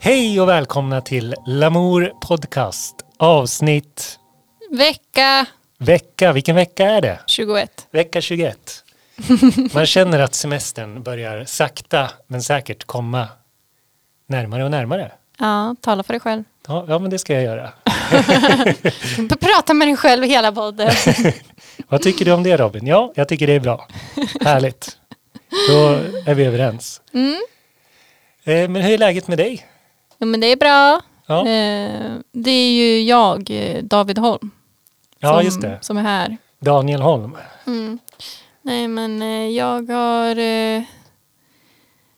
Hej och välkomna till Lamour Podcast avsnitt Vecka vecka. Vilken vecka är det? 21. Vecka 21. Man känner att semestern börjar sakta men säkert komma närmare och närmare. Ja, tala för dig själv. Ja, ja men det ska jag göra. Prata med dig själv hela podden. Vad tycker du om det Robin? Ja, jag tycker det är bra. Härligt. Då är vi överens. Mm. Eh, Men hur är läget med dig? Jo, men det är bra. Ja, Eh, Det är ju jag, eh, David Holm, ja som, just det. som är här. Daniel Holm. Mm. Nej, men eh, jag har... eh,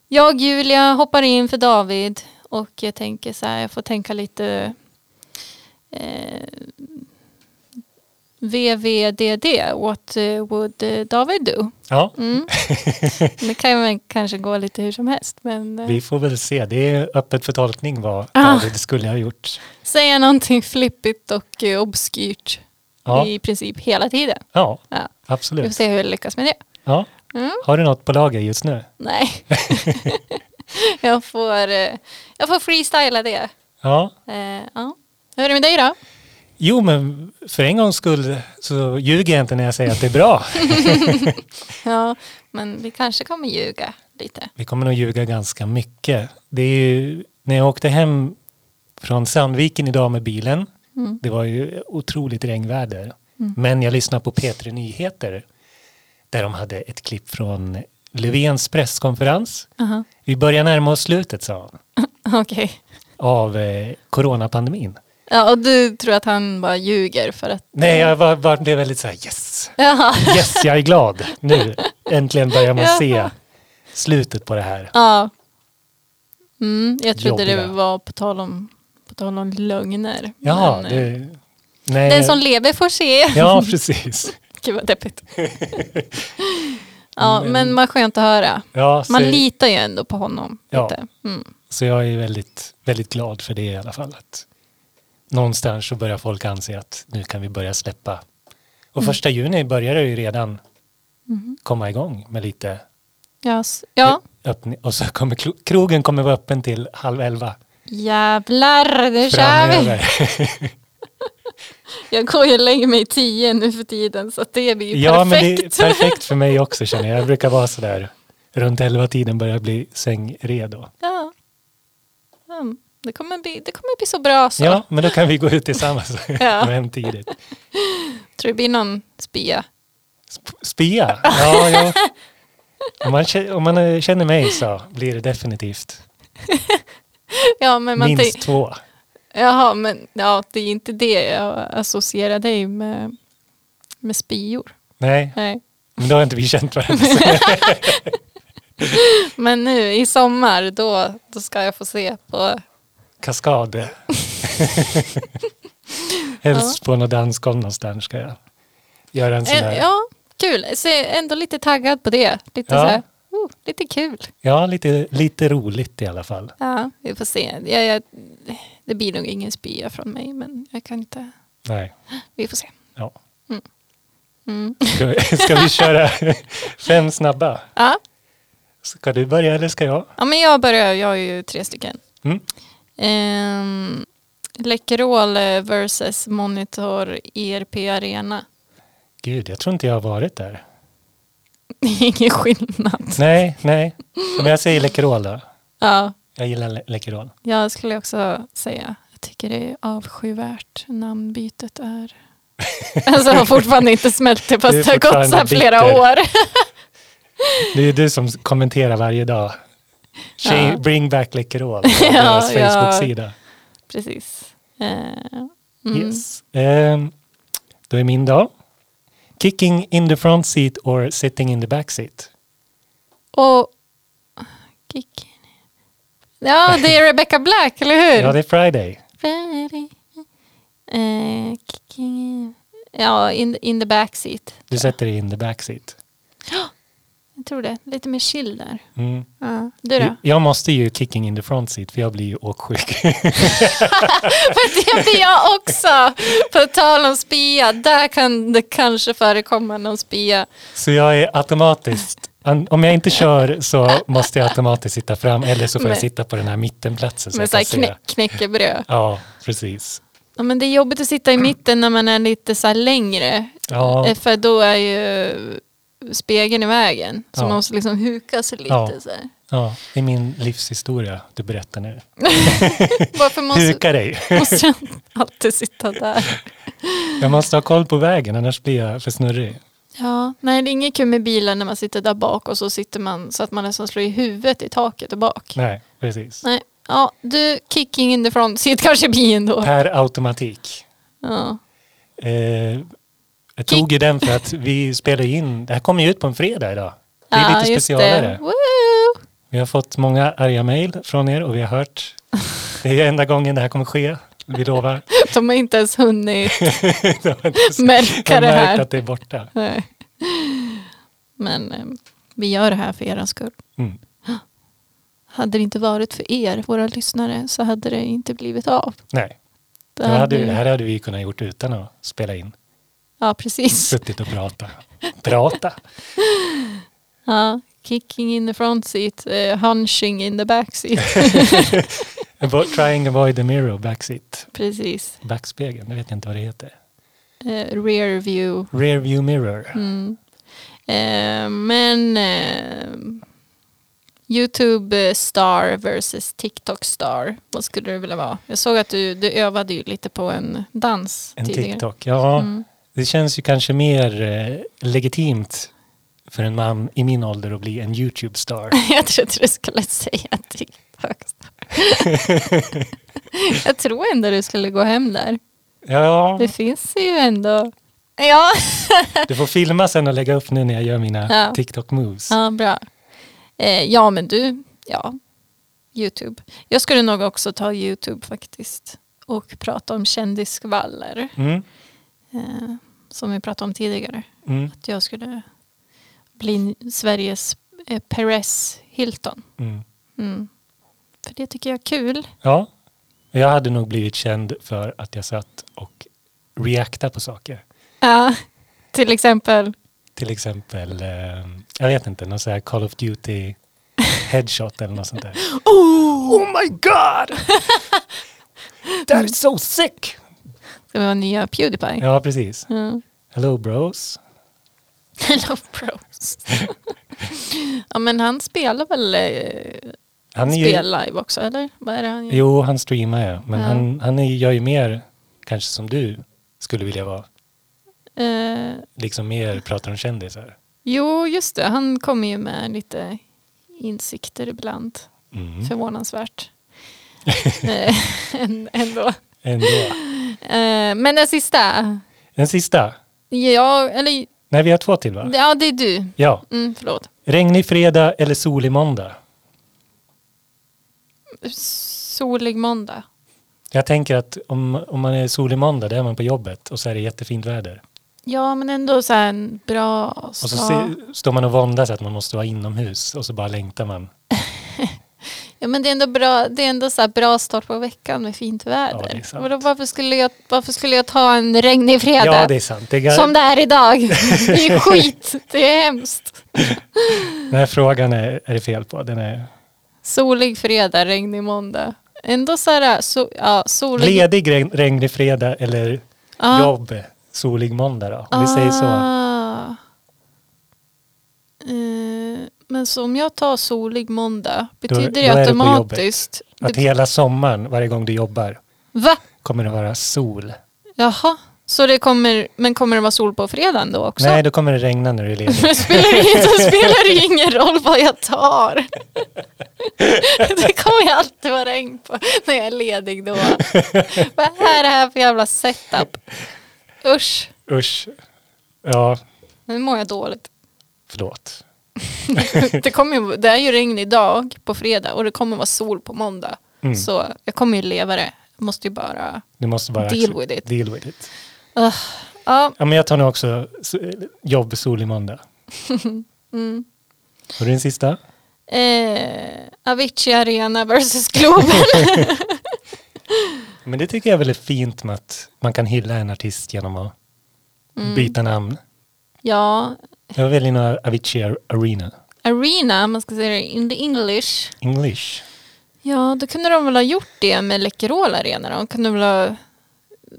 Jag, Julia, hoppar in för David och jag tänker så här, jag får tänka lite eh, VVDD, what eh, would eh, David do? Ja, Mm. Det kan ju kanske gå lite hur som helst. Men eh, vi får väl se. Det är öppet för tolkning vad Ah. David skulle ha gjort. säga någonting flippigt och eh, obskyrt Ja. i princip hela tiden. Ja, Ja. Vi får absolut. se hur jag lyckas med det. Ja. Mm. Har du något på lager just nu? Nej, jag, får, eh, jag får freestyla det. Ja. Eh, ja. Hur är det med dig då? Jo, men för en gångs skull så ljuger jag inte när jag säger att det är bra. Ja, men vi kanske kommer ljuga lite. Vi kommer nog ljuga ganska mycket. Det är ju, när jag åkte hem från Sandviken idag med bilen, Mm. det var ju otroligt regnväder. Men jag lyssnade på P3 Nyheter där de hade ett klipp från Löfvens presskonferens. Aha, Vi börjar närma oss slutet, sa han, Okej. av eh, coronapandemin. Ja, och du tror att han bara ljuger för att... Nej, jag var, var, blev väldigt så här yes, Jaha. yes, jag är glad nu. Äntligen börjar man se Ja. slutet på det här. Ja. Mm, jag trodde det Jobbiga. var på tal om, på tal om lögner. Ja, Men, eh, det, nej. Den som lever får se. Ja, precis. Gud vad deppigt. ja, men, men vad skönt att höra. Ja, så, Man litar ju ändå på honom. Ja. Lite. Mm. så jag är väldigt, väldigt glad för det i alla fall. Att någonstans så börjar folk anse att nu kan vi börja släppa. Mm. Och första juni börjar det ju redan komma igång med lite Ja, s- Mm-hmm. ja. öppning. Och så kommer klo- krogen kommer vara öppen till halv elva jävlar nu kör vi. framöver. Jag går ju och lägger mig tio nu för tiden så att det blir ju Ja, men det är perfekt. perfekt för mig också känner jag. Jag brukar vara sådär runt elva tiden börjar jag bli sängredo. ja. Mm. Det, kommer bli, det kommer bli så bra så. Ja, men då kan vi gå ut tillsammans Ja. och hem tidigt. Tror det blir någon spya. Sp- Spia? Ja, ja. Om man, kä- om man eh, känner mig så blir det definitivt Ja, men man tänk- minst två. Jaha, men ja, det är inte det jag associerar dig med, med spior. Nej, Nej. men då har inte vi känt varandra. sen. Men nu i sommar, då, då ska jag få se på... Kaskad. Helst på något dansgolv någonstans ska jag göra en sån Ä- här. Eh, ja, kul. Så jag är ändå lite taggad på det. Lite, Ja. så här, oh, lite kul. Ja, lite, lite roligt i alla fall. Ja, vi får se. Jag, jag, det blir nog ingen spya från mig, men jag kan inte... Nej, Vi får se. ja. Mm. Ska, ska vi köra fem snabba? Ja. Ska du börja eller ska jag? ja, men jag börjar. Jag har ju tre stycken. Mm. Um, Läkerol versus Monitor ERP Arena. Gud, jag tror inte jag har varit där. Det är ingen skillnad. Nej, nej. Men jag säger Läkerol då. Ja, Jag gillar Lä- Läkerol. jag skulle också säga. Jag tycker det är avskyvärt namnbytet är. Alltså jag har fortfarande inte smält det Du är fast det har gått så här fortfarande flera bitter. år. Det är du som kommenterar varje dag. Tjej, Ja. Bring back Läkerol på Ja, deras ja. Facebook-sida. Precis. Eh, mm. Yes. Ehm, då är min dag. Kicking in the front seat or sitting in the back seat. Och kick. Ja, det är Rebecca Black, eller hur? Ja, det är Friday. Eh, kicking. Ja, in, in the backseat. Du sätter dig in the back seat. Jag tror det. Lite mer chill där. Mm. Ja. Du då? Jag måste ju kicking in the front seat för jag blir ju åksjuk. Det blir jag också. På tal om spya, där kan det kanske förekomma någon spya. Så jag är automatiskt An- Om jag inte kör så måste jag automatiskt sitta fram eller så får Men- jag sitta på den här mittenplatsen. Så Med jag så kan här se. knä, knäckebröd. Ja, precis. Ja, men det är jobbigt att sitta i mitten när man är lite så här längre. Ja, Eh, För då är ju spegeln i vägen. Så Ja. man måste liksom huka sig lite. Ja. Så här. ja, det är min livshistoria du berättar nu. Varför måste, Huka dig. måste jag alltid sitta där? Jag måste ha koll på vägen annars blir jag för snurrig. Ja, nej det är inget kul med bilar när man sitter där bak och så sitter man så att man nästan slår i huvudet i taket och bak. Nej. Nej, precis. Ja, du, kicking in the front, sitt kanske i bilen då. Per automatik. Ja. Eh, jag tog ju den för att vi spelar in, det här kommer ju ut på en fredag idag. Det är ja, lite just specialare. Woo! Vi har fått många arga mejl från er och vi har hört. Det är enda gången det här kommer ske, vi lovar. De har inte ens hunnit De har inte- de märka har det märkt här. att det är borta. Nej. Men eh, vi gör det här för er skull. Mm. Hade det inte varit för er, våra lyssnare, så hade det inte blivit av. Nej, Då det, hade, hade- det här hade vi kunnat gjort utan att spela in. Ja, precis. Suttit och prata. Prata? Ja, kicking in the front seat, eh, hunching in the back seat. Avo- Trying avoid the mirror, backseat. precis. Backspegeln, jag vet inte vad det heter. Eh, rear view. Rear view mirror. Mm. Eh, men eh, YouTube star versus TikTok star. Vad skulle du vilja vara? Jag såg att du, du övade ju lite på en dans En tidigare. TikTok, ja. Mm. Det känns ju kanske mer eh, legitimt för en man i min ålder att bli en YouTube-star. Jag trodde du skulle säga TikTok star. Jag tror ändå du skulle gå hem där. Ja, Det finns ju ändå. Ja, du får filma sen och lägga upp nu när jag gör mina Ja. TikTok-moves. ja bra. Eh, ja, men du, ja. YouTube. Jag skulle nog också ta YouTube faktiskt. Och prata om kändisskvaller. Mm, Eh, som vi pratade om tidigare. mm, Att jag skulle bli Sveriges eh, Perez Hilton. mm. Mm. För det tycker jag är kul. Ja, jag hade nog blivit känd för att jag satt och reacta på saker. Ja, till exempel. Till exempel, eh, jag vet inte, någon sån här Call of Duty headshot eller något sånt där. Oh! Oh my god! That is so sick! Det var nya Pewdiepie. Mm. Ja, precis. Ja. Hello bros. Hello bros. ja men han spelar väl eh, Han är ju, spel live också eller? Vad är det han gör? Jo, han streamar ja. Men Ja. han, han är, gör ju mer, kanske som du skulle vilja vara. Eh, Liksom mer pratar om kändisar. jo just det, han kommer ju med lite insikter ibland. Mm. Förvånansvärt. Eh, än- Ändå. Ändå. Eh, men den sista. Den sista. Ja, eller, Nej, vi har två till va? ja det är du. Ja. Mm, förlåt. Regnig fredag eller solig måndag? Solig måndag. Jag tänker att om, om man är solig måndag, då är man på jobbet och så är det jättefint väder. Ja men ändå så här en bra Och så start. se, står man och våndas att man måste vara inomhus och så bara längtar man. Ja men det är ändå bra, det är ändå så här bra start på veckan med fint Ja, det är väder. sant. och då, varför, skulle jag, varför skulle jag ta en regnig fredag? Ja, det är sant. Det är, Som det är idag. Det är skit, det är hemskt. den här frågan är, är det fel på. Den är Solig fredag, regnig måndag. Ändå så här, so, ja, solig. ledig regn, regnig fredag eller Ja. jobb solig måndag då. Om vi säger så. Ah. Eh, men så om jag tar solig måndag, betyder då är det det på automatiskt? Att hela sommaren, varje gång du jobbar, Va? kommer det vara sol. Jaha. Så det kommer, men kommer det vara sol på fredagen då också? Nej, då kommer det regna när du är ledig. spelar det, inte, spelar det ju ingen roll vad jag tar. Det kommer ju alltid vara regn på när jag är ledig då. Vad är det här för jävla setup? Usch, Usch. Ja, nu mår jag dåligt. förlåt. Det, kommer ju, det är ju regn idag på fredag och det kommer vara sol på måndag. Mm. Så jag kommer ju leva det. Måste ju bara... Du måste bara... Deal with it. Deal with it. Ja, Ja, men jag tar nu också so- jobb solig måndag. mm. Och den sista? eh, Avicii Arena versus Globen. Men det tycker jag är väldigt fint med att man kan hylla en artist genom att Mm. byta namn. ja, Jag väljer nog Avicii Arena. arena, om man ska säga det in the English. English. Ja, då kunde de väl ha gjort det med Läkerol Arena. De kunde väl ha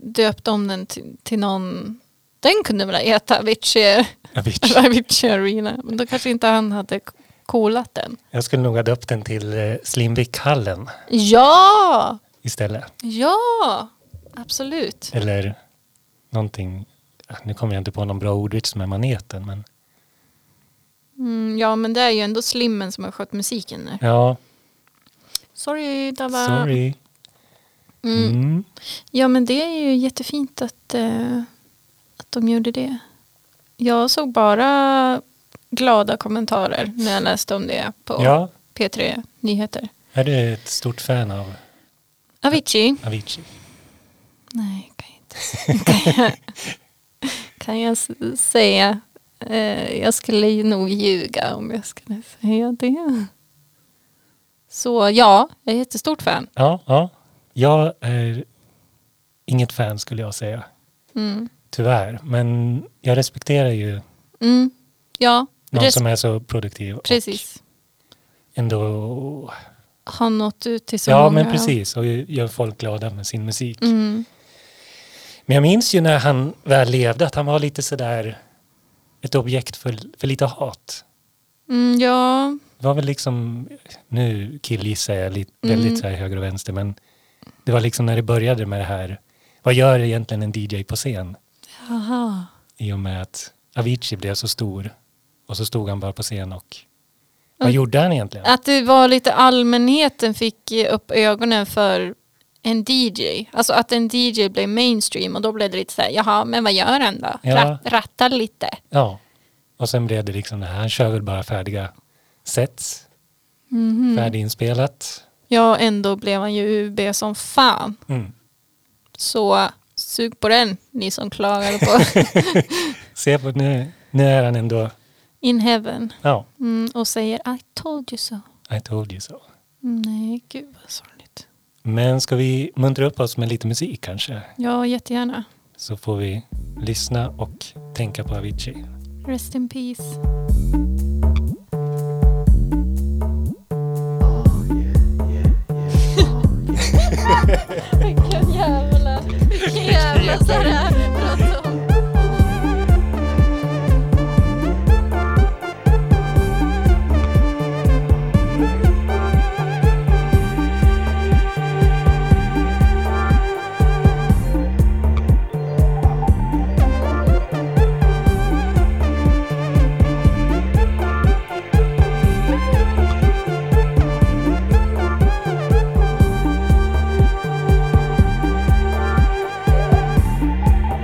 döpt om den till, till någon. Den kunde väl ha hetat Avicii, Avicii. Avicii Arena. Men då kanske inte han hade coolat den. Jag skulle nog ha döpt den till eh, Slimvikhallen Ja, istället. ja, absolut. Eller någonting. Ah, Nu kommer jag inte på någon bra ordvits med maneten. Men Mm, ja, men det är ju ändå Slimmen som har skött musiken nu. ja, Sorry, Dabba. sorry. Mm. Mm. Ja, men det är ju jättefint att, eh, att de gjorde det. Jag såg bara glada kommentarer när jag läste om det på Ja, P3 Nyheter. är du ett stort fan av Avicii? Avicii? Nej, kan jag inte kan jag, kan jag s- säga. Eh, jag skulle ju nog ljuga om jag skulle säga det. Så ja, jag är jättestort fan. Ja, ja. Jag är inget fan skulle jag säga. Mm. Tyvärr. Men jag respekterar ju Mm. Ja, någon res- som är så produktiv. och precis. Ändå... Har nått ut till så Ja, många. men precis. Och gör folk glada med sin musik. Mm. Men jag minns ju när han väl levde att han var lite sådär ett objekt för, för lite hat. Mm, ja, Det var väl liksom, nu killgissar jag lite, Mm. väldigt så här höger och vänster, men det var liksom när det började med det här, vad gör egentligen en DJ på scen? Jaha. I och med att Avicii blev så stor och så stod han bara på scen och vad Mm. gjorde han egentligen? Att det var lite allmänheten fick eh, upp ögonen för en DJ. Alltså att en DJ blev mainstream och då blev det lite så här, jaha, men vad gör han då? Ja. Ra- ratta lite. Ja, och sen blev det liksom det här, han kör väl bara färdiga sets, Mhm. färdiginspelat. Ja, ändå blev han ju UB som fan. Mm. Så sug på den, ni som klagade på Se på, nu, nu är han ändå, In Heaven. ja, Mm, och säger I told you so. I told you so. Mm, Nej, gud vad sorgligt. Men ska vi muntra upp oss med lite musik kanske? Ja, jättegärna. Så får vi lyssna och tänka på Avicii. Rest in peace. Vilken jävla, vilken jävla sån här bråttom. Thank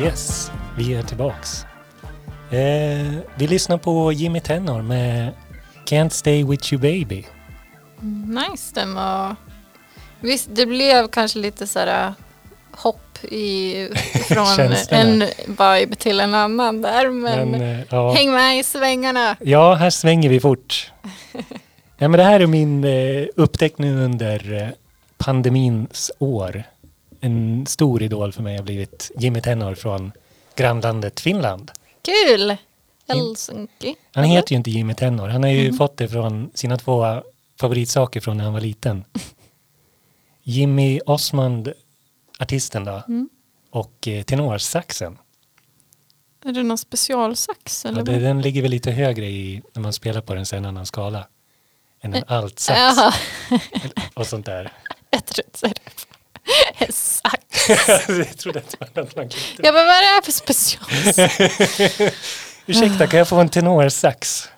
Yes, vi är tillbaks. Eh, vi lyssnar på Jimmy Tenor med Can't Stay With You Baby. Nice, den var... Visst, det blev kanske lite så här uh, hopp i, från Känslorna. en vibe till en annan där. Men, Men, eh, ja. häng med i svängarna. ja, här svänger vi fort. Ja, men det här är min eh, upptäckt nu under eh, pandemins år. En stor idol för mig har blivit Jimmy Tenor från grannlandet Finland. Kul! Helsinki. Han heter ju inte Jimmy Tenor. Han har ju Mm. fått det från sina två favoritsaker från när han var liten. Jimmy Osmond, artisten då, Mm. och eh, tenorsaxen. Är det någon specialsax? Eller Ja, det, den ligger väl lite högre i, när man spelar på den, så är det en annan skala. Än en altsax Jaha, och sånt där. jag trodde så här. Sax. jag trodde att man hade någon- Ja, men vad är det här för specialsax? Ursäkta, kan jag få en tenorsax?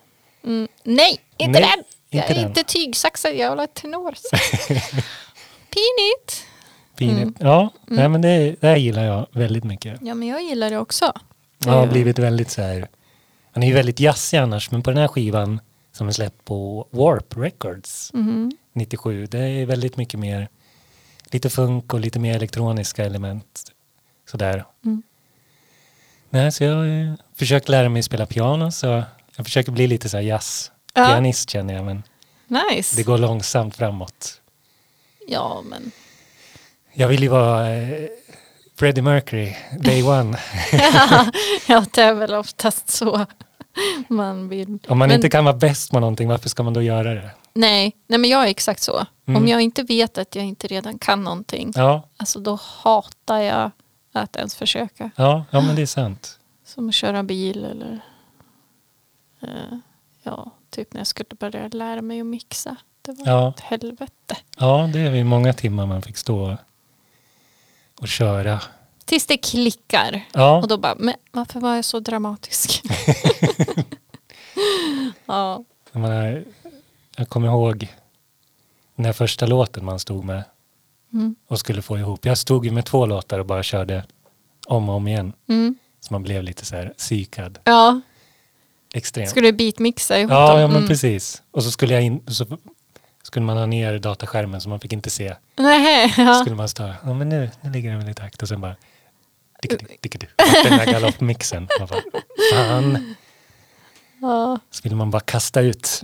Mm, nej, inte Nej, den! Jag inte är den. inte tygsaxen, jag vill ha tenorsax. Pinigt! Pinigt. Ja, Nej, men det, det här gillar jag väldigt mycket. Ja, men jag gillar det också. Han har Eh, blivit väldigt så här. Han är ju väldigt jazzig annars, men på den här skivan som är släppt på Warp Records mhm. 97, det är väldigt mycket mer, lite funk och lite mer elektroniska element. Sådär. Mm. Nej, så jag har försökt lära mig spela piano, så jag försöker bli lite så här Ja. jazzpianist känner jag, men Nice. det går långsamt framåt. Ja, men Jag vill ju vara eh, Freddie Mercury, day one. ja, det är väl oftast så man vill. Om man Men- inte kan vara bäst på någonting, varför ska man då göra det? Nej, nej men jag är exakt så. Mm. Om jag inte vet att jag inte redan kan någonting, Ja, alltså då hatar jag att ens försöka. ja, ja men det är sant. Som att köra bil eller eh, ja, typ när jag skulle börja lära mig att mixa. Det var Ja. ett helvete. Ja, det är ju många timmar man fick stå och köra. Tills det klickar. Ja, Och då bara, men varför var jag så dramatisk? ja. jag, menar, jag kommer ihåg den här första låten man stod med Mm. och skulle få ihop. Jag stod ju med två låtar och bara körde om och om igen. Mm. Så man blev lite så här psykad. ja, Extremt. skulle du beatmixa ihop Ja, dem? ja, men Mm. precis. Och så skulle, jag in, så skulle man ha ner dataskärmen så man fick inte se. Nej, ja. skulle man stå, ja men nu, nu ligger den väl i takt och sen bara tickety, tickety, bort den här galoppmixen. Man bara, Fan, Ja. så vill man bara kasta ut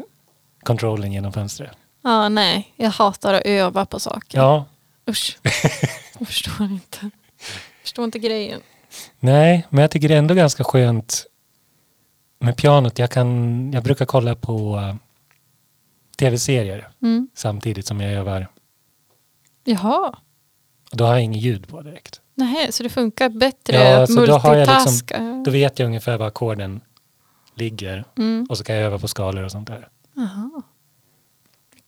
kontrollen genom fönstret. ja, nej. Jag hatar att öva på saker. Ja, Usch. Jag förstår inte. Jag förstår inte grejen. nej, men jag tycker det är ändå ganska skönt med pianot. Jag, kan, jag brukar kolla på eh, tv-serier Mm. samtidigt som jag övar. Jaha. Och då har jag inget ljud på direkt. Nej, så det funkar bättre Ja, att så då har jag liksom- multitaska? Då vet jag ungefär var ackorden ligger mm. och så kan jag öva på skalor och sånt där. Jaha.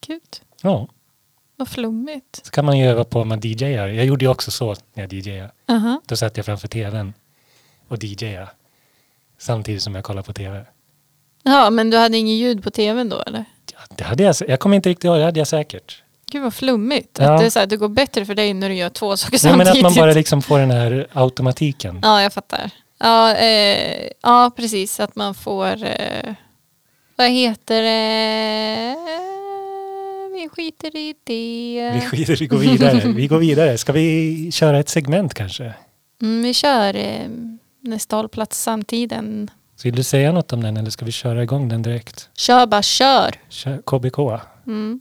Gud, Ja, vad flummigt. så kan man ju öva på om man DJar. Jag gjorde ju också så när jag DJade. Aha. Då satt jag framför tvn och DJade samtidigt som jag kollade på tv. Ja, men du hade ingen ljud på tvn då eller? Ja, Det hade jag, sä- jag kommer inte riktigt ihåg, det hade jag säkert. Gud vad flummigt. Ja. Att det, är så här, det går bättre för dig när du gör två saker Nej, men samtidigt. att man bara liksom får den här automatiken. Ja, jag fattar. Ja, eh, ja precis. Att man får... Eh, vad heter det? Vi skiter i det. Vi skiter vi går vidare. Vi går vidare. Ska vi köra ett segment kanske? mm, vi kör eh, nästa hållplats samtiden. Så vill du säga något om den eller ska vi köra igång den direkt? Kör bara kör. Kör, KBK. Mm.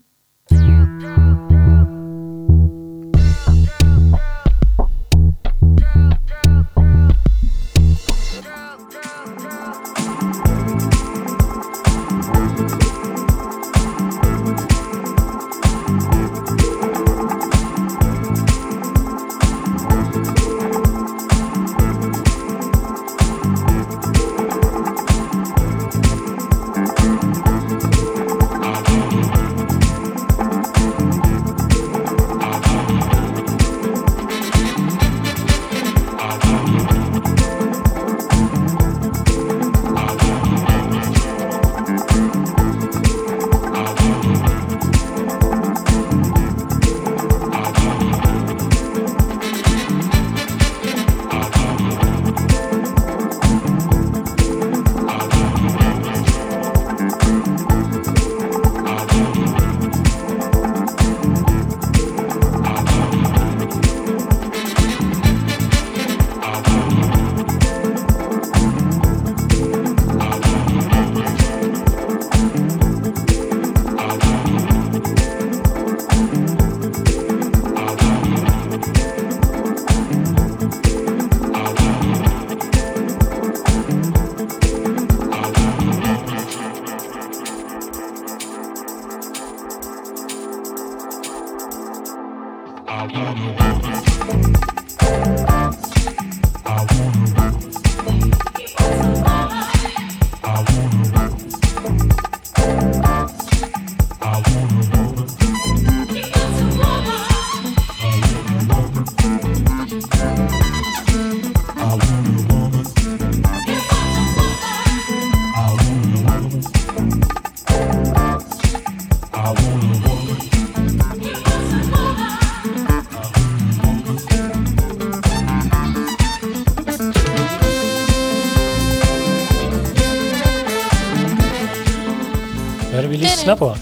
Vad är det vi lyssnar på?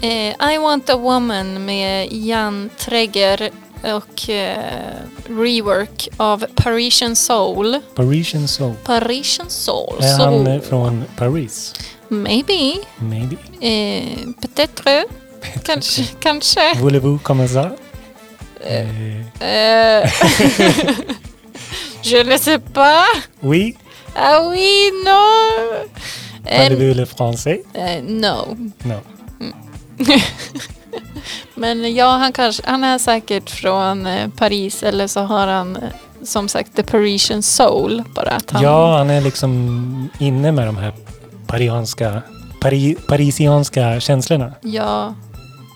Eh, I want a woman med Jan Tregger och eh, rework av Parisian Soul. Parisian Soul. Parisian Soul. Är han eh, Soul. från Paris? Maybe. Maybe. Eh, Peut-être. Kanske. kanske. Voulez-vous comme ça? Eh, Eh, Je ne sais pas. oui. Ah oui, non. Eh, Parlez-vous le français? eh, no. No. Men ja, han, kanske, han är säkert från eh, Paris eller så har han eh, som sagt the Parisian soul. Bara att han, Ja, han är liksom inne med de här parianska, pari, parisianska känslorna. Ja.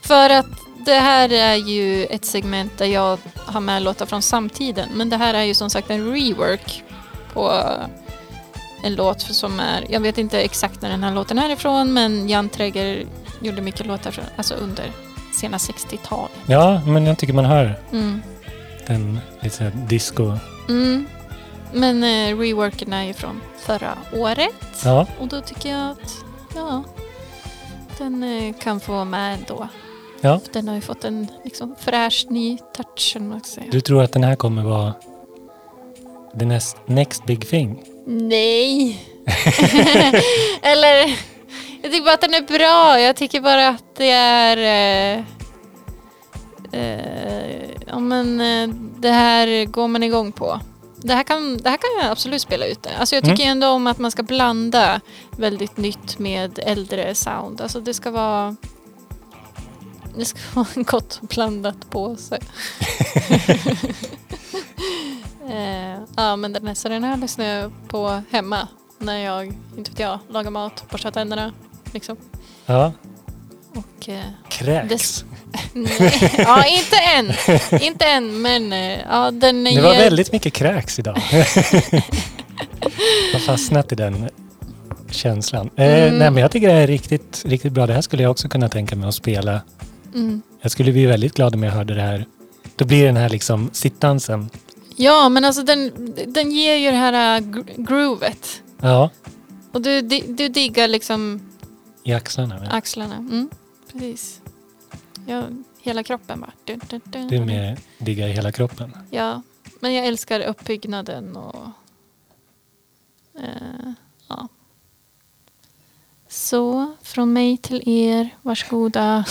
För att det här är ju ett segment där jag har med låtar från samtiden. Men det här är ju som sagt en rework på en låt som är, jag vet inte exakt när den här låten är ifrån, men Jan Träger gjorde mycket låtar från, alltså under sena 60-talet. Ja, men jag tycker man hör Mm. den lite disco. Mm. Men eh, reworken är ju från förra året Ja, och då tycker jag att ja, den eh, kan få vara med ändå. Ja. För Den har ju fått en liksom, fräsch ny touch. eller vad man ska säga. du tror att den här kommer vara the next, next big thing? Nej! eller, jag tycker bara att den är bra. Jag tycker bara att det är... Eh, eh, ja, men, eh, det här går man igång på. Det här kan, det här kan jag absolut spela ut. det. Alltså jag tycker ju ändå om att man ska blanda väldigt nytt med äldre sound. Alltså det ska vara... Det ska vara gott och blandat på sig. Eh, ja, men den här, så den här lyssnar jag på hemma när jag, inte vet jag, lagar mat, borstar tänderna. Liksom. Ja, Och, eh, kräks. nej, ja, inte än. Inte än, men eh, ja, den Det var ger- väldigt mycket kräks idag. jag har fastnat i den känslan. Eh, Mm. nej, men jag tycker det är riktigt, riktigt bra. Det här skulle jag också kunna tänka mig att spela. Mm. Jag skulle bli väldigt glad om jag hörde det här. Då blir den här liksom sittdansen. Ja, men alltså den, den ger ju det här eh, gr- groovet. Ja, Och du, di- du diggar liksom i axlarna. Men. axlarna. Mm, precis. Ja, hela kroppen bara. Dun, dun, dun. Det är mer digga i hela kroppen. Ja, men jag älskar uppbyggnaden och... Eh, ja. Så, från mig till er, varsågoda.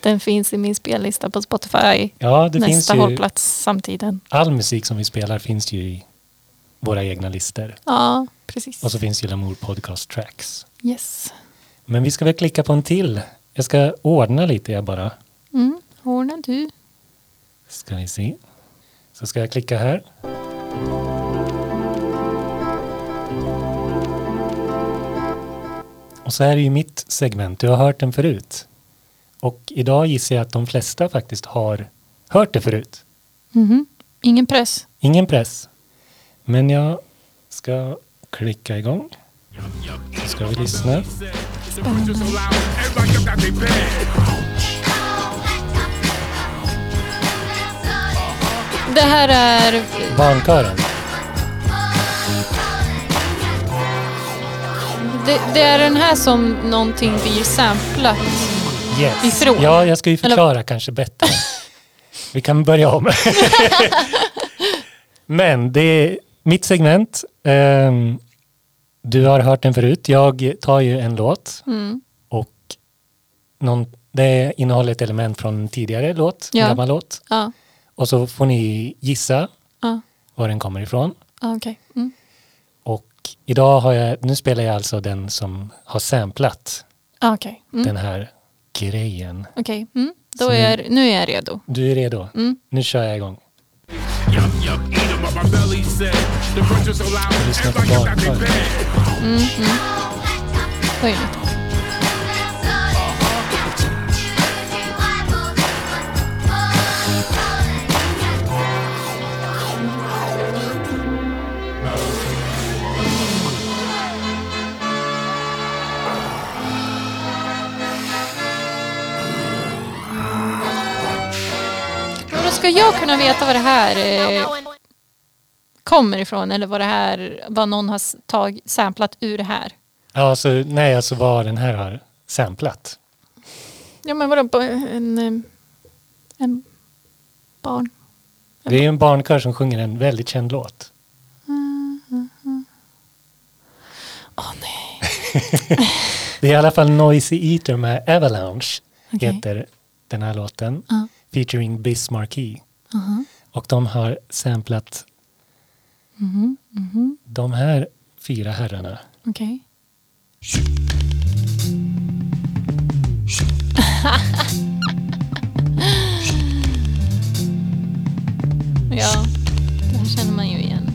Den finns i min spellista på Spotify. Ja, det Nästa finns ju, hållplats, samtiden. all musik som vi spelar finns ju i våra egna listor. Ja, precis. Och så finns ju Lamour Podcast Tracks. Yes. Men vi ska väl klicka på en till. Jag ska ordna lite jag bara. Mm, ordna du. Ska vi se. Så ska jag klicka här. Och så här är ju mitt segment. Du har hört den förut. Och idag gissar jag att de flesta faktiskt har hört det förut. Mhm. Ingen press. Ingen press. Men jag ska klicka igång. Så ska vi lyssna. Det här är... Barnkören. Det, det är den här som någonting blir samplat. Yes. Ifrån. Ja, jag ska ju förklara kanske bättre. Vi kan börja om. Men det är mitt segment. Ehm, du har hört den förut. Jag tar ju en låt Mm. och någon, det innehåller ett element från en tidigare låt, en Ja. gammal låt. Ja, Och så får ni gissa ja, var den kommer ifrån. ja okej. Mm. Och idag har jag, nu spelar jag alltså den som har samplat Ja, okej. Mm. den här grejen. Okej. Mm. Då Så är, nu är jag redo. Du är redo? Mm. Nu kör jag igång. Yup, yup, eat 'em up, my belly said. The pressure's so loud, Lyssna på everybody gets out their barn. bed. Möjligt. Men då ska jag kunna veta vad det här eh, kommer ifrån eller vad det här, vad någon har s- tag, samplat ur det här. Ja, alltså, nej, alltså vad den här har samplat. Ja men vadå, ba- en, eh, en barn? Det är ju en barnkör som sjunger en väldigt känd låt. Åh nej. Det är i alla fall Noisy Eater med Avalanche, Okej. heter den här låten, Ja. Uh-huh. featuring Biz Markie. Aha. Och de har samplat Mhm, mhm, de här fyra herrarna. Okej. Ja, det här känner man ju igen.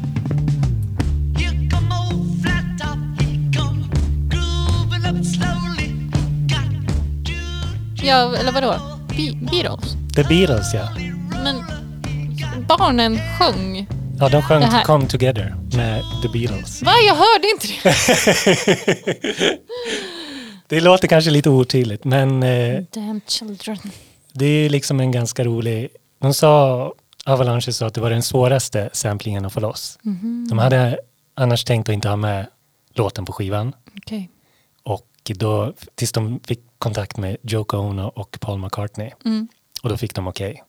Here come old flat top, he come grooving up slowly. Got juju Ja, eller vadå? Be- Beatles? The Beatles, ja. Men barnen sjöng. Ja, de sjöng Det här. Come Together med The Beatles. Va? Jag hörde inte det. Det låter kanske lite otydligt, men eh, Damn children. det är ju liksom en ganska rolig... De sa, Avalanche sa att det var den svåraste samplingen att få loss. Mhm. De hade annars tänkt att inte ha med låten på skivan. Okej. Och då, tills de fick kontakt med Yoko Ono och Paul McCartney. Mm. Och då fick de okej.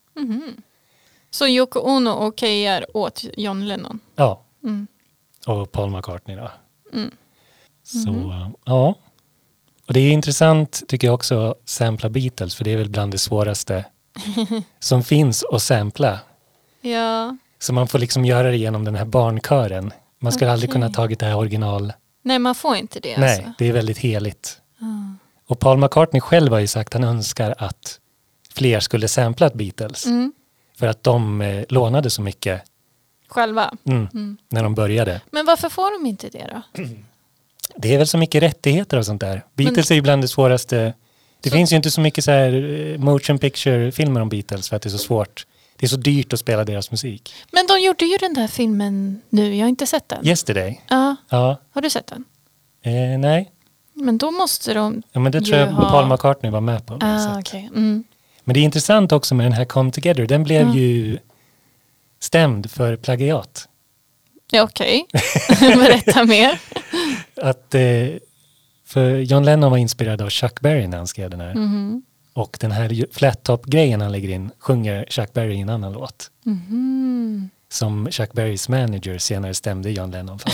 Så Yoko Ono och KR åt John Lennon? Ja, Mm. och Paul McCartney då. Mm. Mhm. Så, ja. Och det är intressant tycker jag också att sampla Beatles för det är väl bland det svåraste som finns att sampla. Ja. Så man får liksom göra det genom den här barnkören. Man skulle aldrig Okej. Alltså. kunna tagit det här original. Nej, man får inte det Nej, alltså. det är väldigt heligt. Och Paul McCartney själv har ju sagt att han önskar att fler skulle samplat Beatles. Mm. För att de eh, lånade så mycket Själva. mm, Mm. när de började. Men varför får de inte det då? Det är väl så mycket rättigheter och sånt där. Beatles är ju bland det svåraste. Det Så- finns ju inte så mycket så här eh, motion picture-filmer om Beatles för att det är så svårt. Det är så dyrt att spela deras musik. Men de gjorde ju den där filmen nu, jag har inte sett den. Yesterday, Ja, ja, har du sett den? eh, nej. Men då måste de... Ja, men det tror jag Jaha. Paul McCartney var med på. Ah, Så. okej. Mm. Men det är intressant också med den här Come Together. Den blev ju stämd för plagiat. Ja, okej. Berätta mer. Att, eh, för John Lennon var inspirerad av Chuck Berry när han skrev den här. Mhm. Och den här ju- flat top-grejen han lägger in sjunger Chuck Berry i en annan låt. Mhm. Som Chuck Berrys manager senare stämde John Lennon för.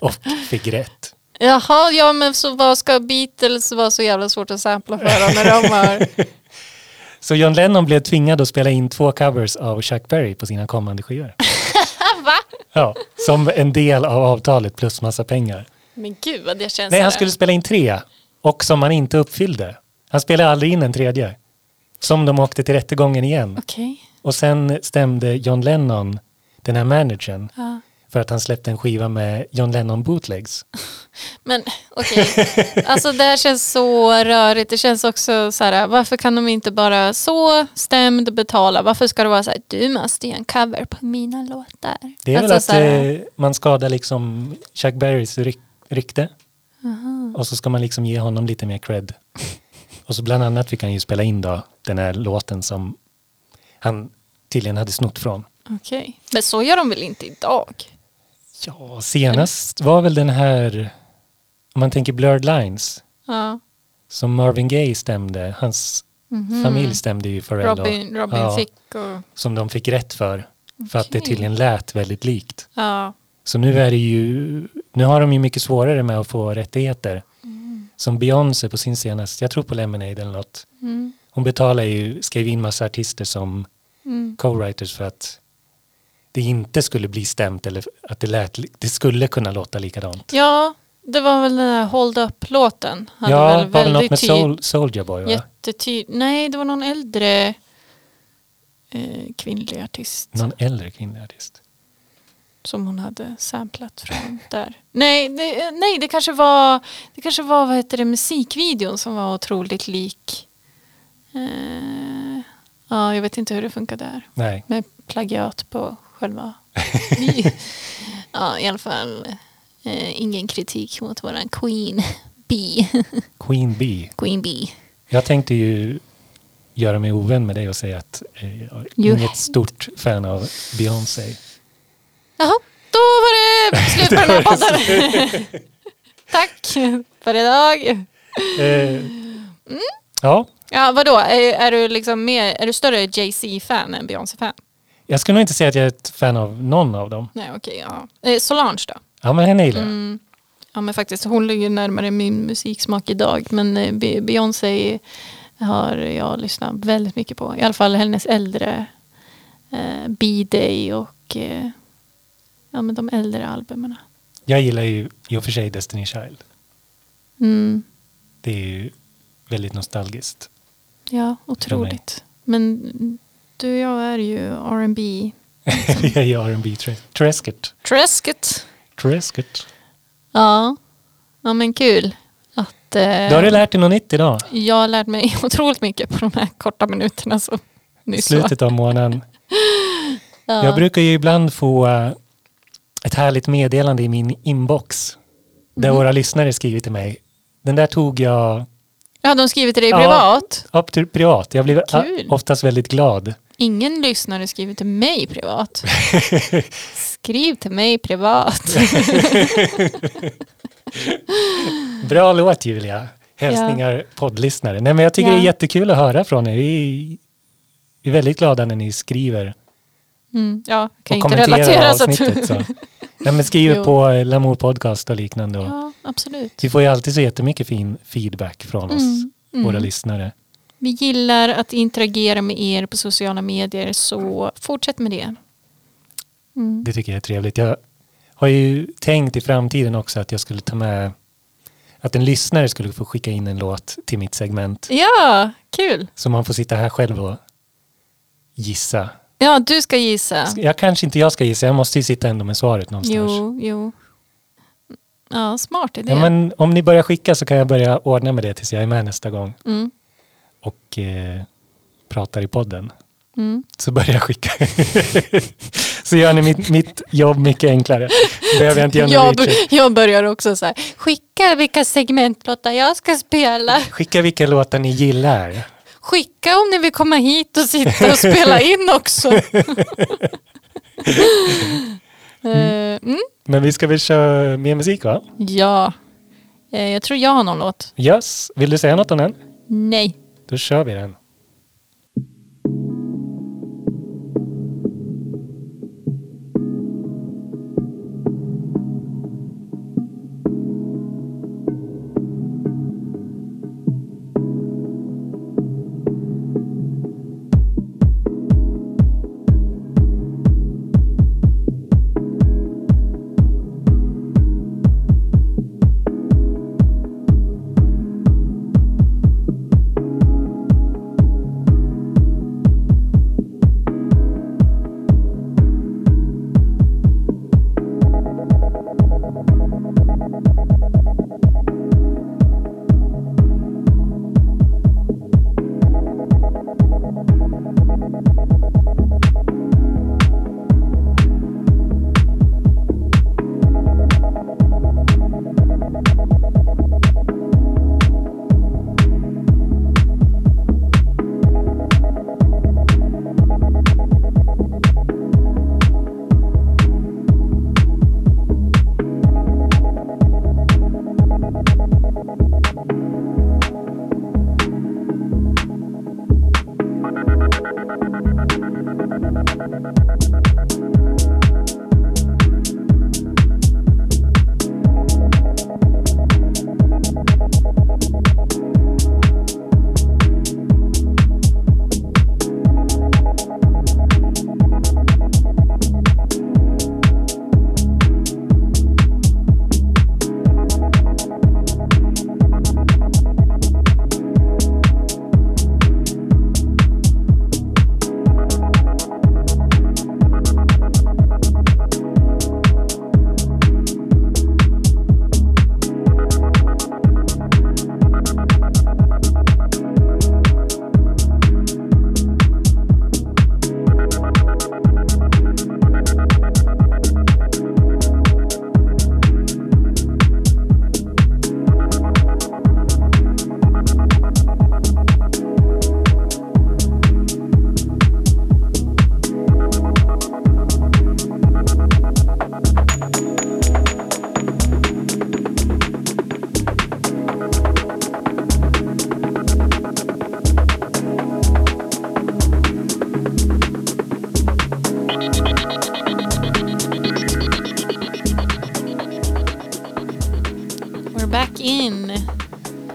och fick rätt. Jaha, ja men så vad ska Beatles vara så jävla svårt att sampla för då när de har... Så John Lennon blev tvingad att spela in två covers av Chuck Berry på sina kommande skivor. Va? Ja, som en del av avtalet plus massa Alltså- pengar. Men gud vad det känns Nej, han sådär. skulle spela in tre och som han inte uppfyllde. Han spelade aldrig in en tredje. Som de åkte till rättegången igen. Okej. Och sen stämde John Lennon, den här managern, Ja. för att han släppte en skiva med John Lennon bootlegs. Men okej, alltså det här känns så rörigt. Det känns också så här, varför kan de inte bara så stämd betala? Varför ska det vara så här, du måste göra en cover på mina låtar? Det är alltså, så väl att här, eh, man skadar liksom Chuck Berrys ryk- rykte. Och så ska man liksom ge honom lite mer cred. Och så bland annat fick han ju spela in då den här låten som han tydligen hade snott från. Okej, men så gör de väl inte idag? Ja, senast var väl den här, om man tänker Blurred Lines, Ja. som Marvin Gaye stämde, hans Mhm. familj stämde ju Pharrell då, Robin, Robin Ja. Thicke och... som de fick rätt för, för att det Okej. tydligen lät väldigt likt. Ja. Så Mm. nu är det ju, nu har de ju mycket svårare med att få rättigheter. Som Beyoncé på sin senaste, jag tror på Lemonade eller något, Mm. hon betalar ju, skrev in massa artister som Mm. co-writers för att det inte skulle bli stämt eller att det, lät, li- det skulle kunna låta likadant. ja, Det var väl den här Hold Up-låten. Hade ja, väl var väl något väldigt med ty- Soul, Soldier Boy va? jättetyd- Nej, det var någon äldre eh, kvinnlig artist Någon äldre kvinnlig artist. som hon hade samplat från där. Nej, det, nej, det kanske var, det kanske var vad heter det, musikvideon som var otroligt lik. Eh, ja, jag vet inte hur det funkar där. Nej, med plagiat på själva vi. ja, i alla fall eh, ingen kritik mot våran Queen B. Queen Bee. Queen B. Jag tänkte ju göra mig ovän med dig och säga att eh, jag är You inget had- stort fan av Beyoncé. Jaha, då var det slut på den här podden. Tack för idag. Eh, Ja, Ja, vadå, är, är du liksom mer, är du större Jay-Z-fan än Beyoncé-fan? jag skulle nog inte säga att jag är ett fan av någon av dem. Nej, okej, ja. Eh, Solange då? Ja, men henne gillar jag. Mm. Ja, men faktiskt, hon ligger närmare min musiksmak idag, men eh, Be- Beyoncé har jag lyssnat väldigt mycket på. I alla fall hennes äldre eh, B-Day och eh, ja, men de äldre albumen. Jag gillar ju i och för sig Destiny Child. Mm, Det är ju väldigt nostalgiskt. ja, otroligt. Men du och jag är ju R&B jag är R&B tre- träsket. Träsket. Träsket. Ja. ja, men kul att eh, Då har du lärt dig något nytt idag. jag har lärt mig otroligt mycket på de här korta minuterna som nyss var. Slutet av månaden. Ja. Jag brukar ju ibland få eh, ett härligt meddelande i min inbox. Där Mm. våra lyssnare skriver till mig. Den där tog jag Ja, de skriver till dig Ja. privat. upp till privat. Jag blir ah, Kul. oftast väldigt glad. Ingen lyssnare skriver till mig privat. Skriv till mig privat. Bra låt Julia. Hälsningar poddlyssnare. Nej, men jag tycker Ja. det är jättekul att höra från er. Vi vi är väldigt glada när ni skriver Mm, ja, kan och inte kommenterar relatera. Så att avsnittet. Så Nej, men skriv Jo. på eh, L'amour podcast och liknande. Och Ja, absolut. Vi får ju alltid så jättemycket fin feedback från oss, Mm, mm. våra lyssnare. Vi gillar att interagera med er på sociala medier, så fortsätt med det. Mm. Det tycker jag är trevligt. Jag har ju tänkt i framtiden också att jag skulle ta med att en lyssnare skulle få skicka in en låt till mitt segment. Ja, kul. Så man får sitta här själv och gissa. Ja, du ska gissa. Jag kanske inte jag ska gissa, jag måste ju sitta ändå med svaret någonstans. Jo, jo. Ja, smart idé. Ja, men om ni börjar skicka så kan jag börja ordna med det tills jag är med nästa gång mm, och eh, pratar i podden. mm. så börjar jag skicka. så gör ni mitt, mitt jobb mycket enklare. Behöver jag inte göra någon Jag, research. bör- jag börjar också så här, skicka vilka segmentlåtar jag ska spela. Skicka vilka låtar ni gillar. Skicka om ni vill komma hit och sitta och spela in också. Eh, mm. Men vi ska väl köra mer musik va? Ja, Eh, jag tror jag har någon låt. Yes, vill du säga något om den? Nej. Då kör vi den.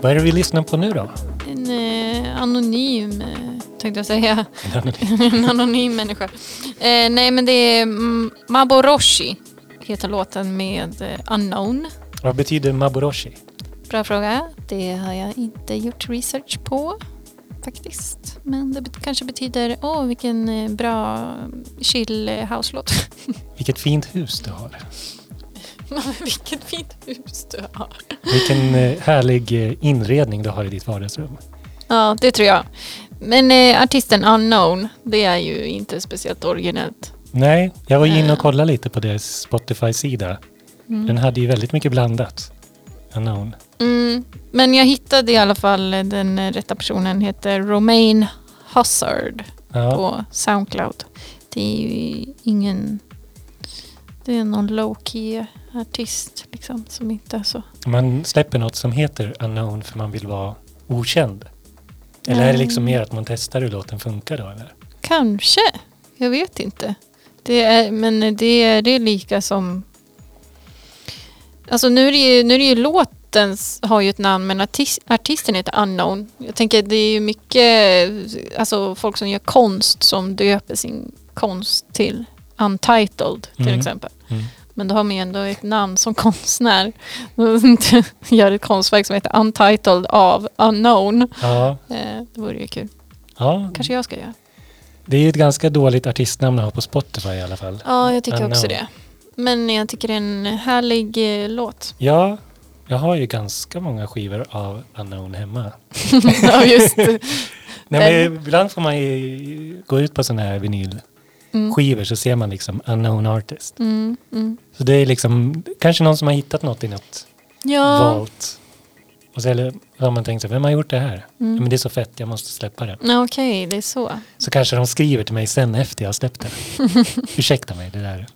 Vad är det vi lyssnar på nu då? En eh, anonym, eh, tänkte jag säga. En anonym. en anonym människa. Eh, nej, men det är mm, Maboroshi heter låten med eh, Unknown. Vad betyder Maboroshi? Bra fråga. Det har jag inte gjort research på faktiskt. Men det bet- kanske betyder, åh vilken eh, bra chill eh, house-låt. Vilket fint hus du har. Mamma, Vilket fint hus du har. Vilken eh, härlig eh, inredning du har i ditt vardagsrum. Ja, det tror jag. Men eh, artisten Unknown, det är ju inte speciellt originellt. Nej, jag var inne och kollade lite på deras Spotify-sida. Den hade ju väldigt mycket blandat. Unknown. Mm, men jag hittade i alla fall den eh, rätta personen, heter Romain Hazard Ja, på Soundcloud. Det är ju ingen... Det är någon low-key artist liksom som inte är så... man släpper något som heter Unknown för man vill vara okänd. Eller är det liksom mer att man testar hur låten funkar då? Eller? Kanske. Jag vet inte. Det är, men det är det är lika som... Alltså nu är det ju, nu är det ju låten s- har ju ett namn men artis, artisten heter Unknown. Jag tänker det är ju mycket alltså folk som gör konst som döper sin konst till Untitled till Mm. exempel. Mm. Men då har man ju ändå ett namn som konstnär. Inte Gör ett konstverk som heter Untitled av Unknown. Ja, Eh, det vore ju kul. ja, Kanske jag ska göra. det är ju ett ganska dåligt artistnamn att ha på Spotify i alla fall. Ja, jag tycker också Unknown. det. Men jag tycker det är en härlig eh, låt. Ja, jag har ju ganska många skivor av Unknown hemma. ja, just det. Nej, men ibland får man ju gå ut på sådana här vinylskivor så ser man liksom unknown artist. Mm, mm. Så det är liksom kanske någon som har hittat något i något Ja, vault. Och så eller, så har man tänkt sig, vem har gjort det här? Mm. Ja, Men det är så fett, jag måste släppa det. ja okej, det är så. Så kanske de skriver till mig sen efter jag har släppt det. Ursäkta mig, det där.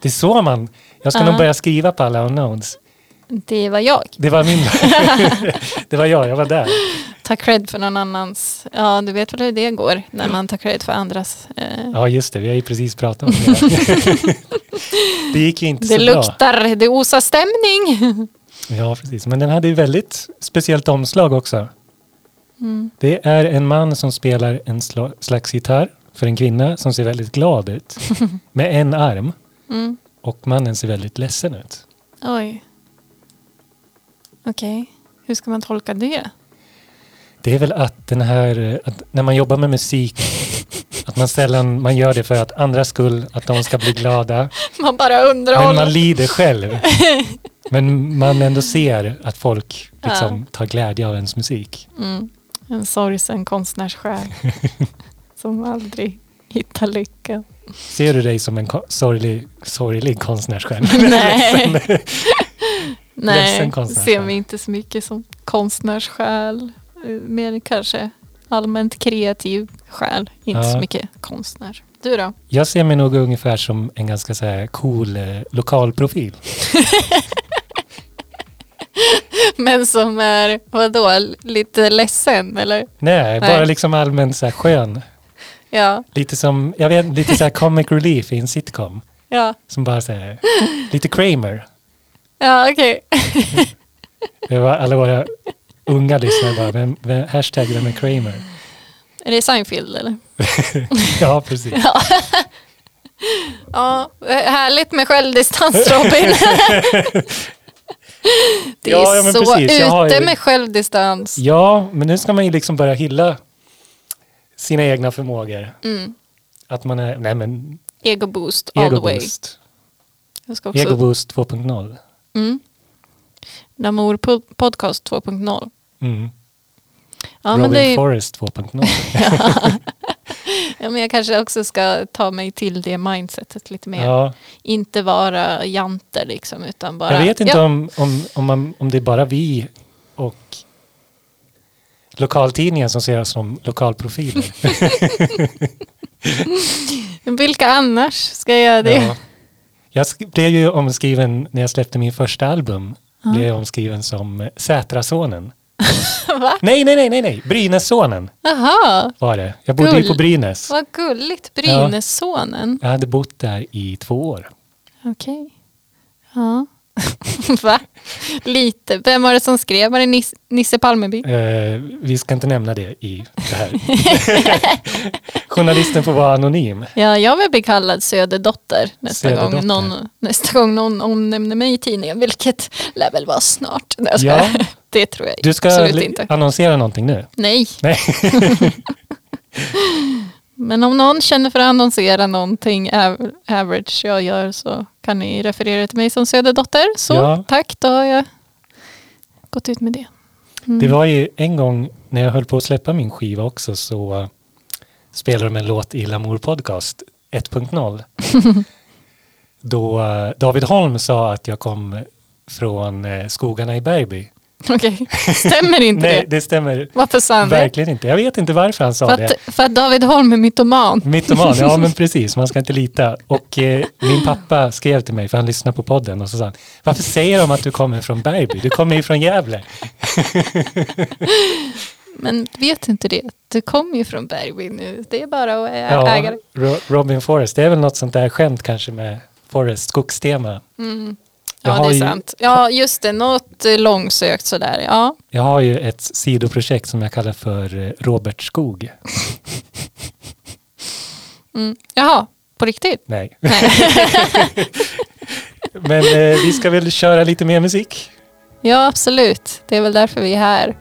Det är så man, jag ska nog Ja. börja skriva på alla unknowns. Det var jag. Det var min, det var jag, jag var där. Ta cred för någon annans. Ja, du vet väl hur det går när man tar cred för andras. Eh, Ja just det, vi har ju precis pratat om det. det gick ju inte det så bra. luktar, det osar stämning. Ja, precis. Men den hade ju väldigt speciellt omslag också. Det är en man som spelar en sla- slags gitarr för en kvinna som ser väldigt glad ut. med en arm. Mm. Och mannen ser väldigt ledsen ut. Oj. Okej, hur ska man tolka det? Det är väl att den här, eh, att när man jobbar med musik, att man sällan man gör det för att andra skull, att de ska bli glada. Man bara Men underhåller. man lider själv. Men man ändå ser att folk liksom tar glädje av ens musik. Mm. En sorgsen konstnärssjäl som aldrig hittar lyckan. Ser du dig som en ko- sorglig, sorglig konstnärsstjärna? Nej. Ledsen Nej, konstnärssjäl. ser mig inte så mycket som konstnärssjäl. Eh, Mer kanske allmänt kreativ själ. Inte Ja. så mycket konstnär. Du då? Jag ser mig nog ungefär som en ganska så här cool eh, lokalprofil. Men som är, vadå, lite ledsen eller? Nej, Nej. bara liksom allmänt så här skön. Ja, Lite som, jag vet lite så här comic relief i en sitcom. ja, Som bara så här, lite Kramer. ja okej. Det var alla våra unga lyssnare bara, vem, vem, hashtag vem är Kramer? Är det Seinfeld eller? Ja, precis. Ja, härligt med självdistans Robin. det är Ja, ja, men så precis. Jag har ute ju- med självdistans. Ja, men nu ska man ju liksom börja hylla sina egna förmågor. Mm. Att man är, nej men, Egoboost all the way. egoboost. Jag ska också... Egoboost 2.0. Mm. Namor po- podcast 2.0. Mm. Ja men, Robin det är, ju- Forrest 2.0. ja, men jag kanske också ska ta mig till det mindsetet lite mer. ja, Inte vara jante liksom, utan bara... jag vet inte ja, om, om, om, man, om det är bara vi och lokaltidningen som ser oss som lokalprofiler. Vilka annars ska jag göra det? ja. Jag sk- blev ju omskriven, när jag släppte min första album, blev jag omskriven som eh, Sätrasonen. Va? Nej, nej, nej, nej, nej, Brynässonen Jaha, var det. Jag bodde ju Gull. på Brynäs. vad gulligt. Brynässonen. Jag hade bott där i två år. Okej. Ja. Va? Lite. Vem var det som skrev? Var det Nis- Nisse Palmeby? Eh, vi ska inte nämna det i det här. Journalisten får vara anonym. Ja, jag vill bli kallad Söderdotter nästa, Söderdotter. Gång, någon, nästa gång någon omnämner mig i tidningen, vilket lär väl vara snart. Nej, jag Ja. skojar. Det tror jag Du ska absolut li- inte. annonsera någonting nu. Nej. Nej. Men om någon känner för att annonsera någonting av- average jag gör så kan ni referera till mig som Söderdotter. Så Ja. tack, då har jag gått ut med det. Mm. Det var ju en gång när jag höll på att släppa min skiva också så eh, spelade de en låt i Lamour Podcast 1.0. Då eh, David Holm sa att jag kom från eh, skogarna i Bergby. Okej, stämmer inte Nej, det? det stämmer Varför sa han det? verkligen inte. Jag vet inte varför han sa För det. att, för att David Holm är mytoman. Mytoman, ja men precis, man ska inte lita. Och eh, min pappa skrev till mig, för han lyssnade på podden, och så sa han, varför säger de att du kommer från Bergby? Du kommer ju från Gävle. Men vet inte det? Du kommer ju från Bergby nu. Det är bara att ä- äga Ja, det. Ro- Robin Forrest, det är väl något sånt där skämt kanske med Forrest, skogstema. Jag Mm. Ja, har det är ju- sant. Ja, just det. Något eh, långsökt sådär. Ja. Jag har ju ett sidoprojekt som jag kallar för eh, Robert Skog. Mm. Jaha, på riktigt? Nej. men eh, vi ska väl köra lite mer musik, Ja, absolut. Det är väl därför vi är här.